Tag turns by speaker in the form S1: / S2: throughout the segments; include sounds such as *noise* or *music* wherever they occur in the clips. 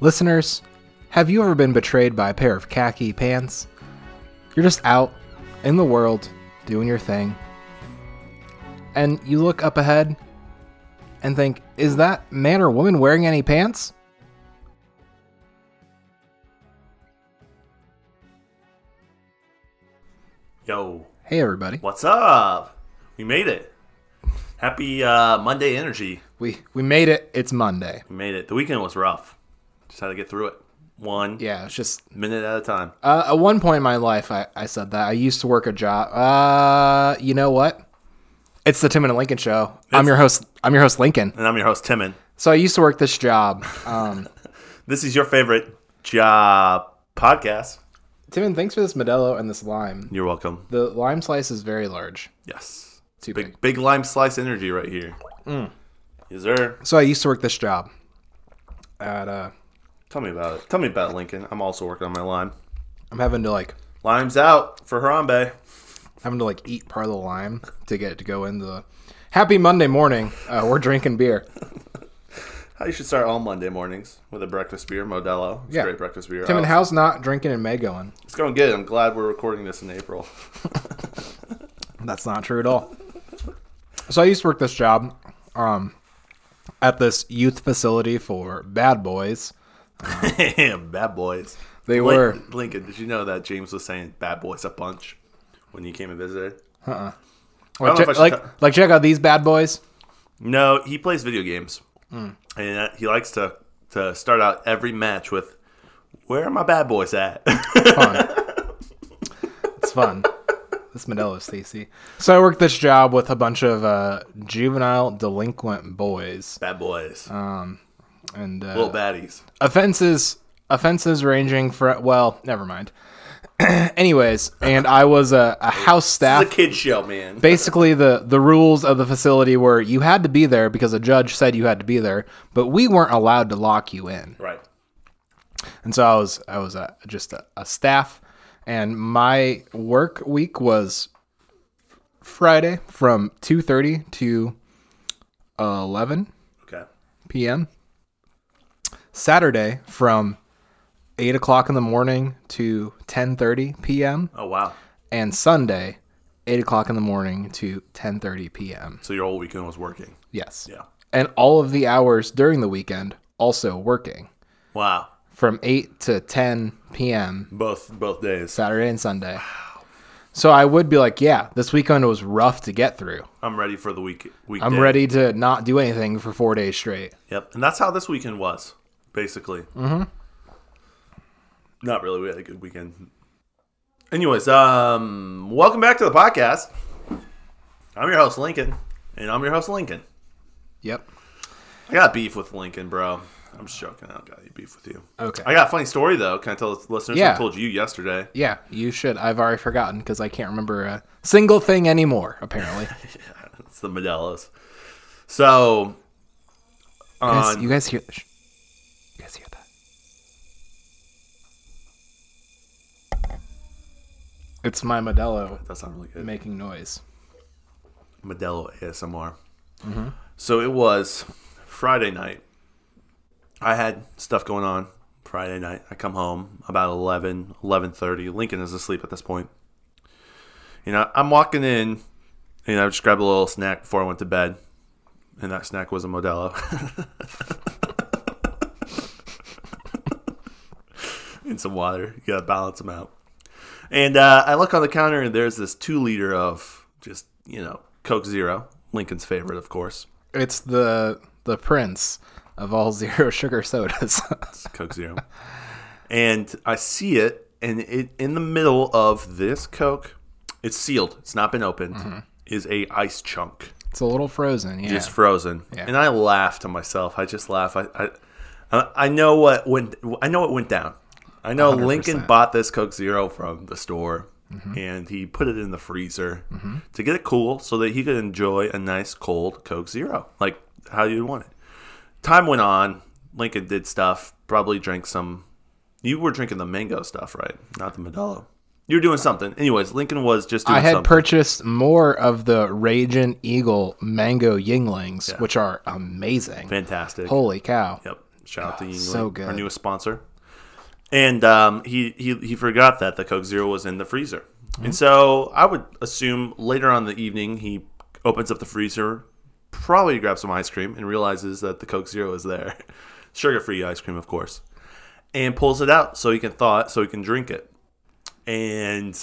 S1: Listeners, have you ever been betrayed by a pair of khaki pants? You're just out in the world doing your thing. And you look up ahead and think, is that man or woman wearing any pants?
S2: Yo,
S1: Hey, everybody.
S2: what's up? We made it. Happy uh, Monday energy.
S1: We, we made it. It's Monday.
S2: We made it. The weekend was rough. Just had to get through it. One
S1: Yeah, it's just
S2: minute at a time.
S1: Uh, at one point in my life, I, I said that I used to work a job. Uh, you know what? It's the Tim and Lincoln show. I'm your host. I'm your host, Lincoln.
S2: And I'm your host, Timon.
S1: So I used to work this job. Um,
S2: This is your favorite job podcast.
S1: Tim, thanks for this Modelo and this lime.
S2: You're welcome.
S1: The lime slice is very large.
S2: Yes.
S1: Too big.
S2: Big, big lime slice energy right here.
S1: Mm.
S2: Yes, sir.
S1: So I used to work this job at. Uh,
S2: Tell me about it. Tell me about Lincoln. I'm also working on my lime.
S1: I'm having to like
S2: Lime's out for Harambe.
S1: having to like eat part of the lime to get it to go in the. Happy Monday morning. Uh, we're drinking beer.
S2: How you should start all Monday mornings with a breakfast beer, Modelo. It's
S1: Yeah.
S2: a great breakfast beer.
S1: Tim and
S2: Oh,
S1: how's not drinking and May going?
S2: It's going good. I'm glad we're recording this in April.
S1: That's not true at all. So I used to work this job um, at this youth facility for bad boys.
S2: *laughs* Damn, bad boys.
S1: They
S2: Lin-
S1: were.
S2: Lincoln, did you know that James was saying bad boys a bunch when you came and visited?
S1: Like,
S2: know if I
S1: check,
S2: should
S1: like,
S2: cut-
S1: like, check out these bad boys.
S2: No, he plays video games.
S1: Hmm.
S2: And uh, he likes to, to start out every match with, Where are my bad boys at? *laughs*
S1: It's fun. this Modelo Stacy. So I worked this job with a bunch of uh, juvenile delinquent boys
S2: bad boys.
S1: Uh, and uh,
S2: Little baddies.
S1: offenses offenses ranging for well, never mind. *clears throat* Anyways, and I was a, a house
S2: It's
S1: staff.
S2: a kid show, man.
S1: basically the the rules of the facility were you had to be there because a judge said you had to be there but we weren't allowed to lock you in
S2: right.
S1: and so i was i was uh, just a, a staff and my work week was friday from 2.30 to 11
S2: Okay.
S1: p.m saturday from 8 o'clock in the morning to 10.30 p.m
S2: Oh, wow.
S1: and sunday 8 o'clock in the morning to 10.30 p.m
S2: So your whole weekend was working.
S1: Yes.
S2: Yeah.
S1: And all of the hours during the weekend also working
S2: Wow.
S1: from 8 to 10 p.m.
S2: Both both days.
S1: Saturday and Sunday. So I would be like, yeah, this weekend was rough to get through.
S2: I'm ready for the week. Weekday.
S1: I'm ready to not do anything for 4 days straight.
S2: Yep, and that's how this weekend was, basically. Mm-hmm. Not really. We had a good weekend. Anyways, um, welcome back to the podcast. I'm your host Lincoln, and I'm your host Lincoln.
S1: Yep.
S2: I got beef with Lincoln, bro. I'm just joking. I don't got any beef with you.
S1: Okay.
S2: I got a funny story though. Can I tell the listeners?
S1: Yeah.
S2: I told you yesterday.
S1: Yeah, you should. I've already forgotten because I can't remember a single thing anymore, apparently.
S2: It's the Modelo's. So,
S1: You
S2: on
S1: guys, you guys hear sh- You guys hear that? It's my Modelo
S2: that's not really good.
S1: making noise.
S2: Modelo ASMR. So it was Friday night. I had stuff going on Friday night. I come home about 11, 11.30. Lincoln is asleep at this point. You know, I'm walking in, and I just grabbed a little snack before I went to bed. And that snack was a Modelo. *laughs* and some water. You gotta balance them out. And uh, I look on the counter, and there's this two liter of just you know Coke Zero, Lincoln's favorite, of course.
S1: It's the the prince of all *laughs* zero sugar sodas.
S2: It's Coke Zero. and I see it, and it in the middle of this Coke, it's sealed. It's not been opened. Is a ice chunk
S1: it's a little frozen, yeah.
S2: just frozen? And I laugh to myself. I just laugh. I I- I, I know what went. I know what went down. I know Lincoln bought this Coke Zero from the store.
S1: Mm-hmm.
S2: And he put it in the freezer to get it cool so that he could enjoy a nice cold Coke Zero, like how you would want it. Time went on. Lincoln did stuff, probably drank some. You were drinking the mango stuff, right? Not the Modelo. You were doing something. Anyways, Lincoln was just doing
S1: I had
S2: something.
S1: purchased more of the Ragin' Eagle mango yinglings, which are amazing.
S2: Fantastic.
S1: Holy cow.
S2: Yep. Shout out to Yingling,
S1: Ah, so good.
S2: our newest sponsor. And um, he, he he forgot that the Coke Zero was in the freezer,
S1: Mm-hmm.
S2: and so I would assume later on in the evening he opens up the freezer, probably to grab some ice cream, and realizes that the Coke Zero is there, *laughs* sugar free ice cream, of course, and pulls it out so he can thaw it, so he can drink it. And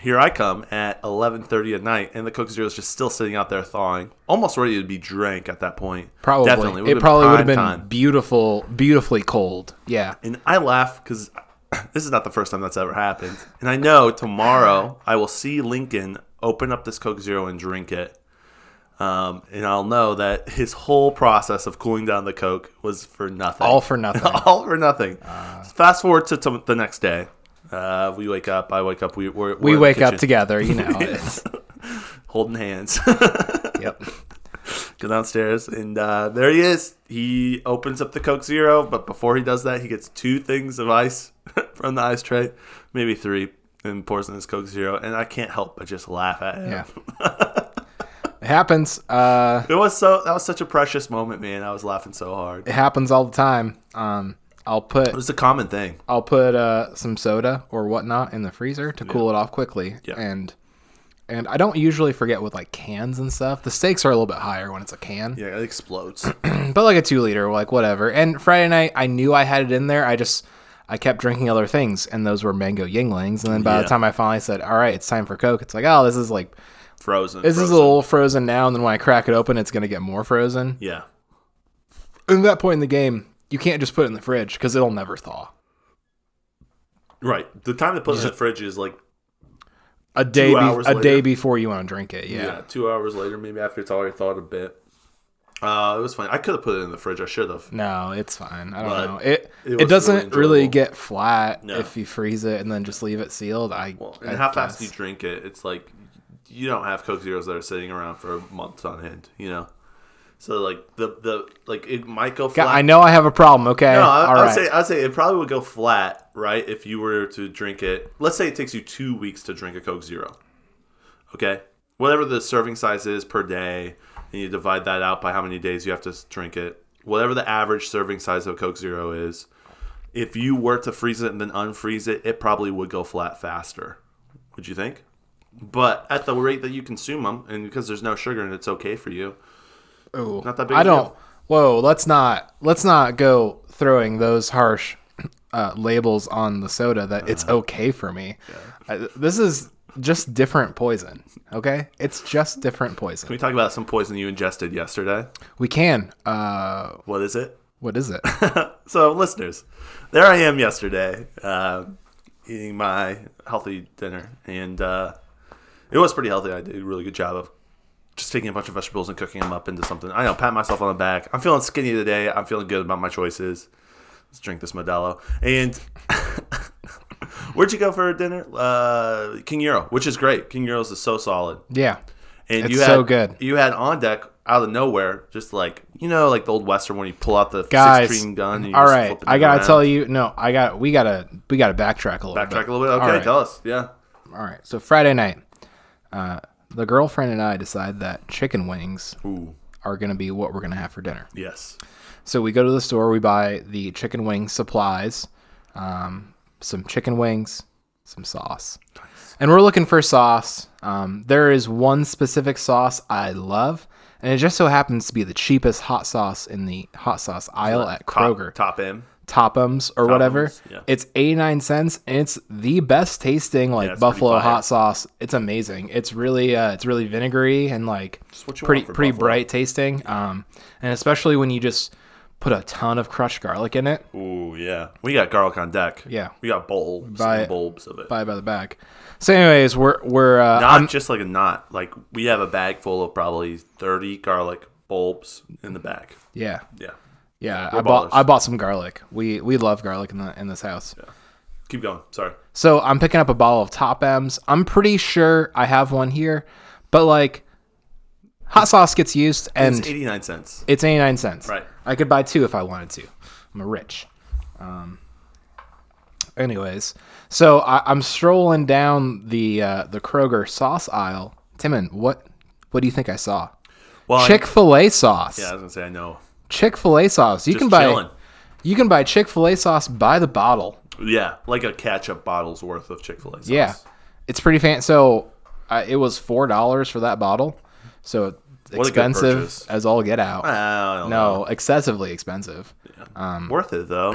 S2: here I come at 11:30 at night, and the Coke Zero is just still sitting out there thawing, almost ready to be drank at that point.
S1: Probably.
S2: Definitely.
S1: It, probably would have been
S2: prime time.
S1: beautiful, beautifully cold. Yeah.
S2: And I laugh because *clears throat* this is not the first time that's ever happened. And I know tomorrow I will see Lincoln open up this Coke Zero and drink it. Um, and I'll know that his whole process of cooling down the Coke was for nothing.
S1: All for Uh. nothing.
S2: *laughs* All for nothing. Fast forward to, to the next day. Uh, we wake up. I wake up. We we're,
S1: we
S2: we're in the
S1: wake up
S2: kitchen
S1: together,
S2: *laughs*
S1: you know. it's-
S2: holding hands. *laughs*
S1: yep.
S2: go downstairs and uh, there he is he opens up the coke zero but before he does that he gets two things of ice *laughs* from the ice tray maybe three and pours in his coke zero and i can't help but just laugh at him
S1: Yeah. it happens. Uh,
S2: it was so that was such a precious moment man i was laughing so hard
S1: it
S2: it
S1: happens all the time. Um, I'll put
S2: was a common thing
S1: I'll put uh, some soda or whatnot in the freezer to cool it off quickly.
S2: Yeah.
S1: And and I don't usually forget with like cans and stuff. The stakes are a little bit higher when it's a can.
S2: yeah
S1: *coughs*
S2: it explodes
S1: But like a two liter, like whatever. And Friday night I knew I had it in there. I just I kept drinking other things and those were mango yinglings. And then by the
S2: Yeah.
S1: time I finally said, All right, it's time for Coke, it's like, oh, this is like
S2: frozen
S1: this is a
S2: frozen.
S1: little frozen now, and then when I crack it open it's gonna get more frozen.
S2: yeah
S1: At that point in the game, you can't just put it in the fridge because it'll never thaw.
S2: right the time to put it in the fridge is like
S1: A day, be-
S2: hours
S1: a day
S2: later.
S1: before you want to drink it.
S2: yeah.
S1: yeah.
S2: two hours later maybe after it's already thawed a bit uh, it was funny. I could have put it in the fridge. I should have.
S1: No, it's fine. I don't
S2: But
S1: know. It
S2: it
S1: it,
S2: was
S1: doesn't
S2: really
S1: really
S2: enjoyable.
S1: get flat
S2: No.
S1: if you freeze it and then just leave it sealed. I,
S2: Well,
S1: I
S2: and how fast do you
S1: guess.
S2: drink it? It's like you don't have Coke Zeros that are sitting around for months on end, you know. So like the the like it might go
S1: God,
S2: flat.
S1: I know I have a problem. Okay,
S2: No, I,
S1: all
S2: I would
S1: right.
S2: say I'd say it probably would go flat, right? If you were to drink it, let's say it takes you two weeks to drink a Coke Zero. Okay, whatever the serving size is per day, and you divide that out by how many days you have to s- drink it. Whatever the average serving size of Coke Zero is, if you were to freeze it and then unfreeze it, it probably would go flat faster. Would you think? But at the rate that you consume them, and because there's no sugar and it's okay for you,
S1: Ooh,
S2: not that big
S1: I
S2: a deal.
S1: don't. Whoa, let's not let's not go throwing those harsh uh, labels on the soda that it's
S2: Uh-huh.
S1: okay for me. I, this is just different poison. Okay, it's just different
S2: can
S1: poison.
S2: we talk about some poison you ingested yesterday?
S1: We can. Uh,
S2: What is it?
S1: what is
S2: *laughs*
S1: it?
S2: so listeners, there I am yesterday, uh, eating my healthy dinner, and uh, it was pretty healthy. I did a really good job of just taking a bunch of vegetables and cooking them up into something. I know, pat myself on the back. I'm feeling skinny today. I'm feeling good about my choices. Let's drink this Modelo. And *laughs* where'd you go for dinner? Uh, King Euro, which is great. King Euro's is so solid.
S1: Yeah,
S2: And
S1: It's
S2: you had,
S1: so good.
S2: You had on deck out of nowhere, just like you know, like the old western when you pull out the
S1: guys.
S2: sixteen gun. And you
S1: all
S2: just
S1: right,
S2: flip it
S1: I gotta
S2: around.
S1: tell you. No, I got. We gotta. We gotta backtrack a little.
S2: Backtrack
S1: bit.
S2: a little bit. Okay,
S1: All right.
S2: tell us. Yeah.
S1: All right. So Friday night, uh, the girlfriend and I decide that chicken wings
S2: Ooh.
S1: are going to be what we're going to have for dinner.
S2: Yes.
S1: So we go to the store, we buy the chicken wing supplies, um, some chicken wings, some sauce. And we're looking for sauce. Um, there is one specific sauce I love, and it just so happens to be the cheapest hot sauce in the hot sauce aisle at
S2: Top-
S1: Kroger.
S2: Top, M.
S1: Topums or whatever.
S2: yeah.
S1: It's 89 cents and it's the best tasting like
S2: it's pretty
S1: buffalo
S2: fire.
S1: hot sauce. It's amazing. It's really uh it's really vinegary and like
S2: what you
S1: pretty
S2: want for
S1: pretty
S2: buffalo.
S1: bright tasting. Um and especially when you just put a ton of crushed garlic in it.
S2: Ooh, yeah. We got garlic on deck.
S1: Yeah.
S2: We got bulbs
S1: Buy
S2: and
S1: it.
S2: bulbs of it.
S1: Buy by the bag. So anyways, we're we're uh
S2: not just like a knot. Like we have a bag full of probably thirty garlic bulbs in the bag.
S1: yeah.
S2: Yeah.
S1: Yeah,
S2: we're
S1: I bought
S2: ballers.
S1: I bought some garlic. We we love garlic in the in this house.
S2: Keep going. Sorry.
S1: So I'm picking up a bottle of Top M's. I'm pretty sure I have one here, but like hot sauce gets used and
S2: It's eighty nine cents.
S1: It's 89 cents.
S2: Right.
S1: I could buy two if I wanted to. I'm rich. Um, anyways, so I, I'm strolling down the uh, the Kroger sauce aisle. Timon, what what do you think I saw?
S2: Well, I-
S1: Chick fil A sauce.
S2: yeah, I was gonna say I know.
S1: Chick fil A sauce. You can buy
S2: chilling.
S1: You can buy Chick fil A sauce by the bottle.
S2: Yeah, like a ketchup bottle's worth of Chick Fil A sauce.
S1: Yeah, it's pretty fancy. So uh, it was four dollars for that bottle. So
S2: good
S1: expensive
S2: purchase.
S1: as all get out.
S2: I don't
S1: no, excessively expensive.
S2: know. worth it
S1: *clears throat*
S2: though.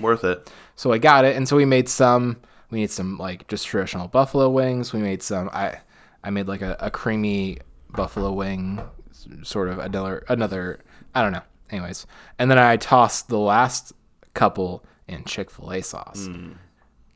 S2: worth it.
S1: So I got it, and so we made some. We made some like just traditional buffalo wings. We made some. I I made like a, a creamy buffalo wing, s- sort of another another. I don't know. Anyways, and then I tossed the last couple in Chick Fil A sauce.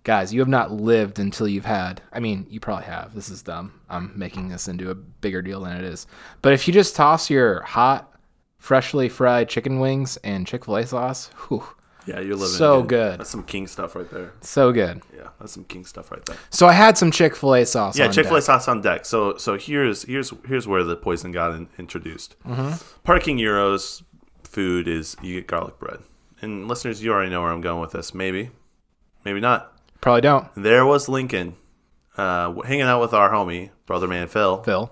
S1: Guys, you have not lived until you've had. I mean, you probably have. This is dumb. I'm making this into a bigger deal than it is. But if you just toss your hot, freshly fried chicken wings and Chick Fil A sauce, whew,
S2: Yeah, you're living
S1: So
S2: it.
S1: good.
S2: That's some king stuff right there.
S1: so good.
S2: Yeah, that's some king stuff right there.
S1: So I had some Chick Fil A sauce.
S2: Yeah,
S1: on
S2: Chick Fil A
S1: deck.
S2: sauce on deck. So so here's here's here's where the poison got in, introduced.
S1: Mm-hmm.
S2: Parking euros, food is you get garlic bread. And listeners, you already know where I'm going with this. Maybe, maybe not.
S1: Probably don't,
S2: There was Lincoln, uh, hanging out with our homie brother man Phil.
S1: Phil.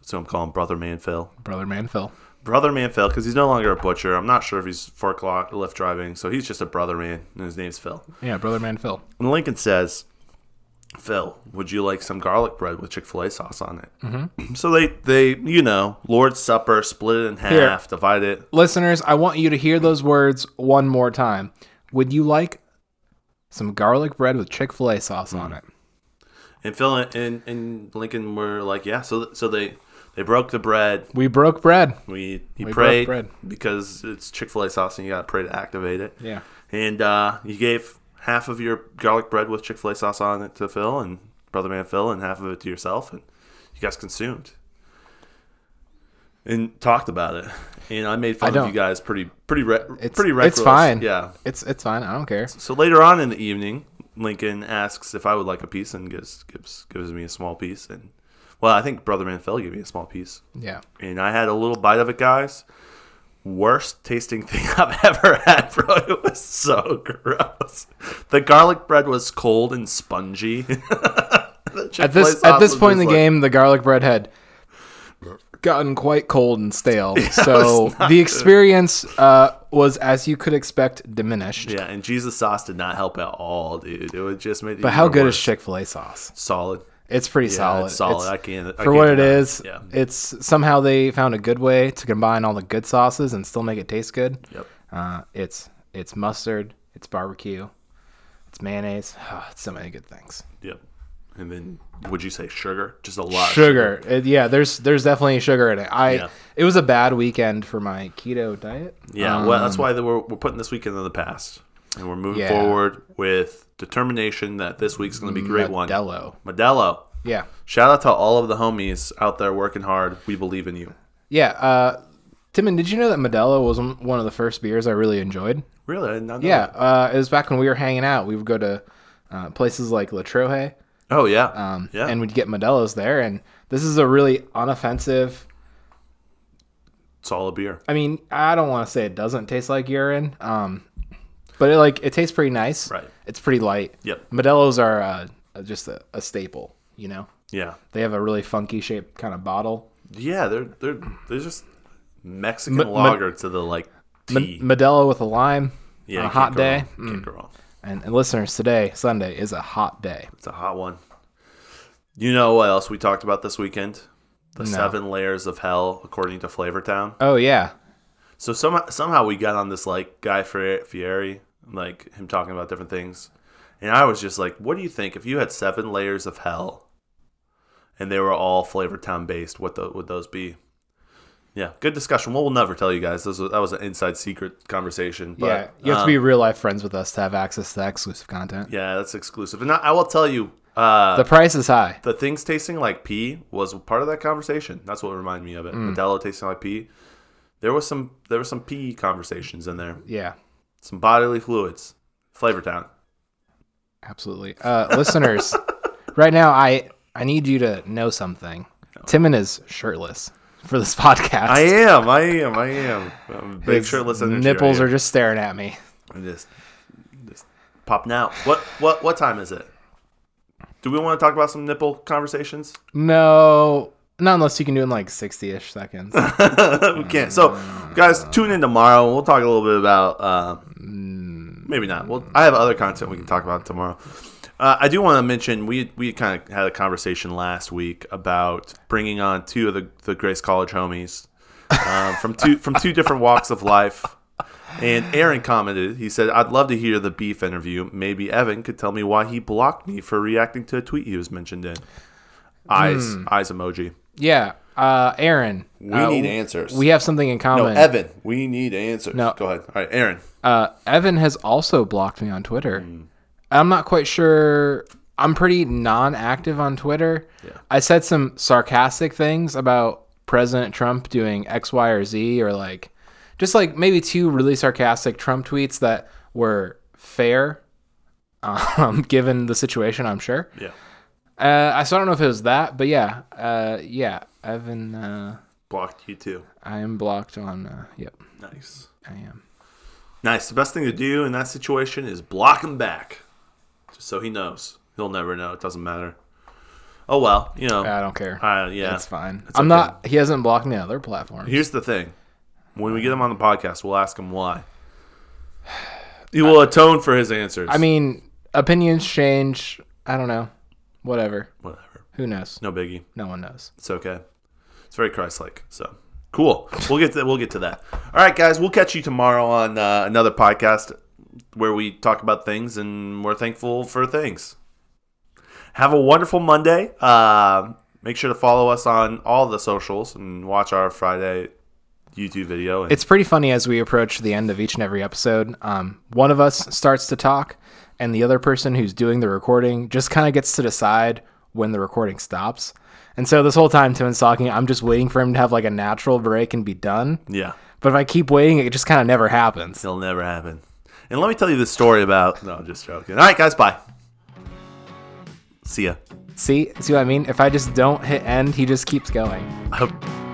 S2: So I'm calling brother man Phil.
S1: Brother man, Phil.
S2: brother man Phil because he's no longer a butcher. I'm not sure if he's forklift lift driving, so he's just a brother man, and his name's Phil.
S1: Yeah, brother man, Phil.
S2: And Lincoln says, "Phil, would you like some garlic bread with Chick Fil A sauce on it?" Mm-hmm. So they they you know Lord's Supper, split it in half,
S1: Here.
S2: divide it.
S1: Listeners, I want you to hear those words one more time. Would you like some garlic bread with Chick Fil A sauce on
S2: Hmm.
S1: it?
S2: And Phil and, and, and Lincoln were like, "Yeah." So th- so they they broke the bread.
S1: We broke bread.
S2: We he
S1: broke
S2: prayed
S1: bread.
S2: because it's Chick Fil A sauce, and you got to pray to activate it.
S1: Yeah.
S2: And uh, you gave half of your garlic bread with Chick fil A sauce on it to Phil and Brother Man Phil, and half of it to yourself. And you guys consumed and talked about it. And I made
S1: I
S2: fun of
S1: don't-
S2: you guys pretty, pretty, re-
S1: It's
S2: pretty reckless.
S1: It's fine.
S2: Yeah.
S1: It's it's fine. I don't care.
S2: So later on in the evening, Lincoln asks if I would like a piece and gives gives gives me a small piece. And well, I think Brother Man Phil gave me a small piece.
S1: Yeah.
S2: And I had a little bite of it, guys. Worst tasting *laughs* thing I've ever had, bro. *laughs* It was so gross. The garlic bread was cold and spongy. *laughs*
S1: At this at this point in the game, the garlic bread had gotten quite cold and
S2: *laughs*
S1: stale. so the experience uh, was, as you could expect, diminished.
S2: yeah, and Jesus sauce did not help at all, dude. It would just make.
S1: But how good is Chick Fil A sauce?
S2: solid?
S1: It's pretty solid.
S2: it's solid.
S1: It's-
S2: I can't- I
S1: for
S2: can't
S1: what it
S2: deny it.
S1: is.
S2: Yeah.
S1: It's somehow they found a good way to combine all the good sauces and still make it taste good.
S2: Yep.
S1: Uh, it's it's mustard. It's barbecue. It's mayonnaise. *sighs* Oh, it's so many good things.
S2: Yep. And then would you say sugar? Just a lot. of
S1: Sugar. It- yeah. There's there's definitely sugar in it. I
S2: Yeah.
S1: it was a bad weekend for my keto diet.
S2: Yeah, well, that's why that we're, we're putting this weekend in the past, and we're moving
S1: Um, Yeah.
S2: forward with determination that this week's going to be a great one.
S1: Modelo.
S2: Modelo.
S1: Yeah.
S2: Shout out to all of the homies out there working hard. We believe in you.
S1: Yeah. Uh, Timon, did you know that Modelo was one one of the first beers I really enjoyed?
S2: Really? I did not know
S1: Yeah,
S2: that.
S1: uh, it was back when we were hanging out. We would go to uh, places like La Troje,
S2: Oh yeah.
S1: um,
S2: yeah.
S1: and we'd get Modelo's there. And this is a really unoffensive.
S2: it's all a beer.
S1: I mean, I don't want to say it doesn't taste like urine, um, but it like it tastes pretty nice.
S2: Right.
S1: It's pretty light.
S2: Yep.
S1: Modelo's are uh, just a, a staple. You know,
S2: Yeah.
S1: they have a really funky shaped kind of bottle.
S2: Yeah. They're they're they're just Mexican
S1: Ma-
S2: lager to the like
S1: M-
S2: tea.
S1: Modelo with a lime
S2: yeah.
S1: on a
S2: you can't
S1: hot
S2: go
S1: day. Mm.
S2: wrong. Can't go wrong.
S1: And, and listeners, today Sunday is a hot day.
S2: It's a hot one. You know what else we talked about this weekend? The seven layers of hell, according to Flavortown.
S1: Oh yeah,
S2: So somehow somehow we got on this like Guy Fier- Fieri, like him talking about different things, and I was just like, "What do you think if you had seven layers of hell, and they were all Flavortown based? What tho- would those be?" Yeah, good discussion. Well, we'll never tell you guys. This was, that was an inside secret conversation. But,
S1: yeah. You have
S2: um,
S1: to be real life friends with us to have access to that exclusive content.
S2: Yeah, that's exclusive, and I, I will tell you. Uh,
S1: The price is high.
S2: the things tasting like pee was part of that conversation. That's what reminded me of it.
S1: Mm.
S2: Modelo tasting like pee. There was some there was some pee conversations in there.
S1: Yeah.
S2: Some bodily fluids. Flavortown.
S1: Absolutely. Uh,
S2: *laughs*
S1: listeners, right now I I need you to know something. Timon is shirtless for this podcast.
S2: I am. I am. I am. I'm a big
S1: His
S2: shirtless energy.
S1: nipples are just staring at me.
S2: are just just popping out. What what what time is it? Do we want to talk about some nipple conversations?
S1: No, not unless you can do it in like 60-ish
S2: *laughs*
S1: seconds.
S2: we can't. So, guys, tune in tomorrow. and We'll talk a little bit about uh, maybe not. Well, I have other content we can talk about tomorrow. Uh, I do want to mention we we kind of had a conversation last week about bringing on two of the, the Grace College homies um, from two from two different walks of life. And Aaron commented, he said, "I'd love to hear the beef interview. Maybe Evan could tell me why he blocked me for reacting to a tweet he was mentioned in." Eyes, eyes emoji.
S1: Yeah, uh, Aaron.
S2: We need answers.
S1: Uh, We have something in
S2: no,
S1: common.
S2: Evan, we need answers.
S1: No.
S2: Go ahead. All right, Aaron.
S1: uh, Evan has also blocked me on Twitter. I'm not quite sure. I'm pretty non-active on Twitter. I said some sarcastic things about President Trump doing X, Y, or Z, or like just like maybe two really sarcastic Trump tweets that were fair, um, *laughs* given the situation. I'm sure.
S2: Yeah.
S1: Uh, I so I don't know if it was that, but yeah, uh, yeah. Evan, uh,
S2: Blocked you too.
S1: I am blocked on. Uh, yep,
S2: Nice.
S1: I am.
S2: Nice. The best thing to do in that situation is block him back. Just so he knows. He'll never know. It doesn't matter. Oh, well, you know.
S1: I don't care.
S2: Uh, yeah.
S1: That's fine. I'm not. He hasn't blocked me on other platforms.
S2: Here's the thing when we get him on the podcast, we'll ask
S1: *sighs*
S2: him why. He will atone for his answers.
S1: I mean, opinions change. I don't know. Whatever.
S2: whatever.
S1: Who knows?
S2: No biggie.
S1: No one knows.
S2: It's okay. It's very Christ-like. So cool. We'll get to we'll get to that. All right, guys. We'll catch you tomorrow on uh, another podcast where we talk about things and we're thankful for things. Have a wonderful Monday. Um make sure to follow us on all the socials and watch our Friday YouTube video. And
S1: It's pretty funny as we approach the end of each and every episode. Um, one of us starts to talk, and the other person who's doing the recording just kind of gets to decide when the recording stops. And so this whole time Tim's talking, I'm just waiting for him to have like a natural break and be done.
S2: yeah,
S1: But if I keep waiting, it just kind of never happens.
S2: it'll never happen. And let me tell you the story about. No, I'm just joking. All right, guys. Bye. See ya.
S1: See, see what I mean? If I just don't hit end, he just keeps going.
S2: I hope.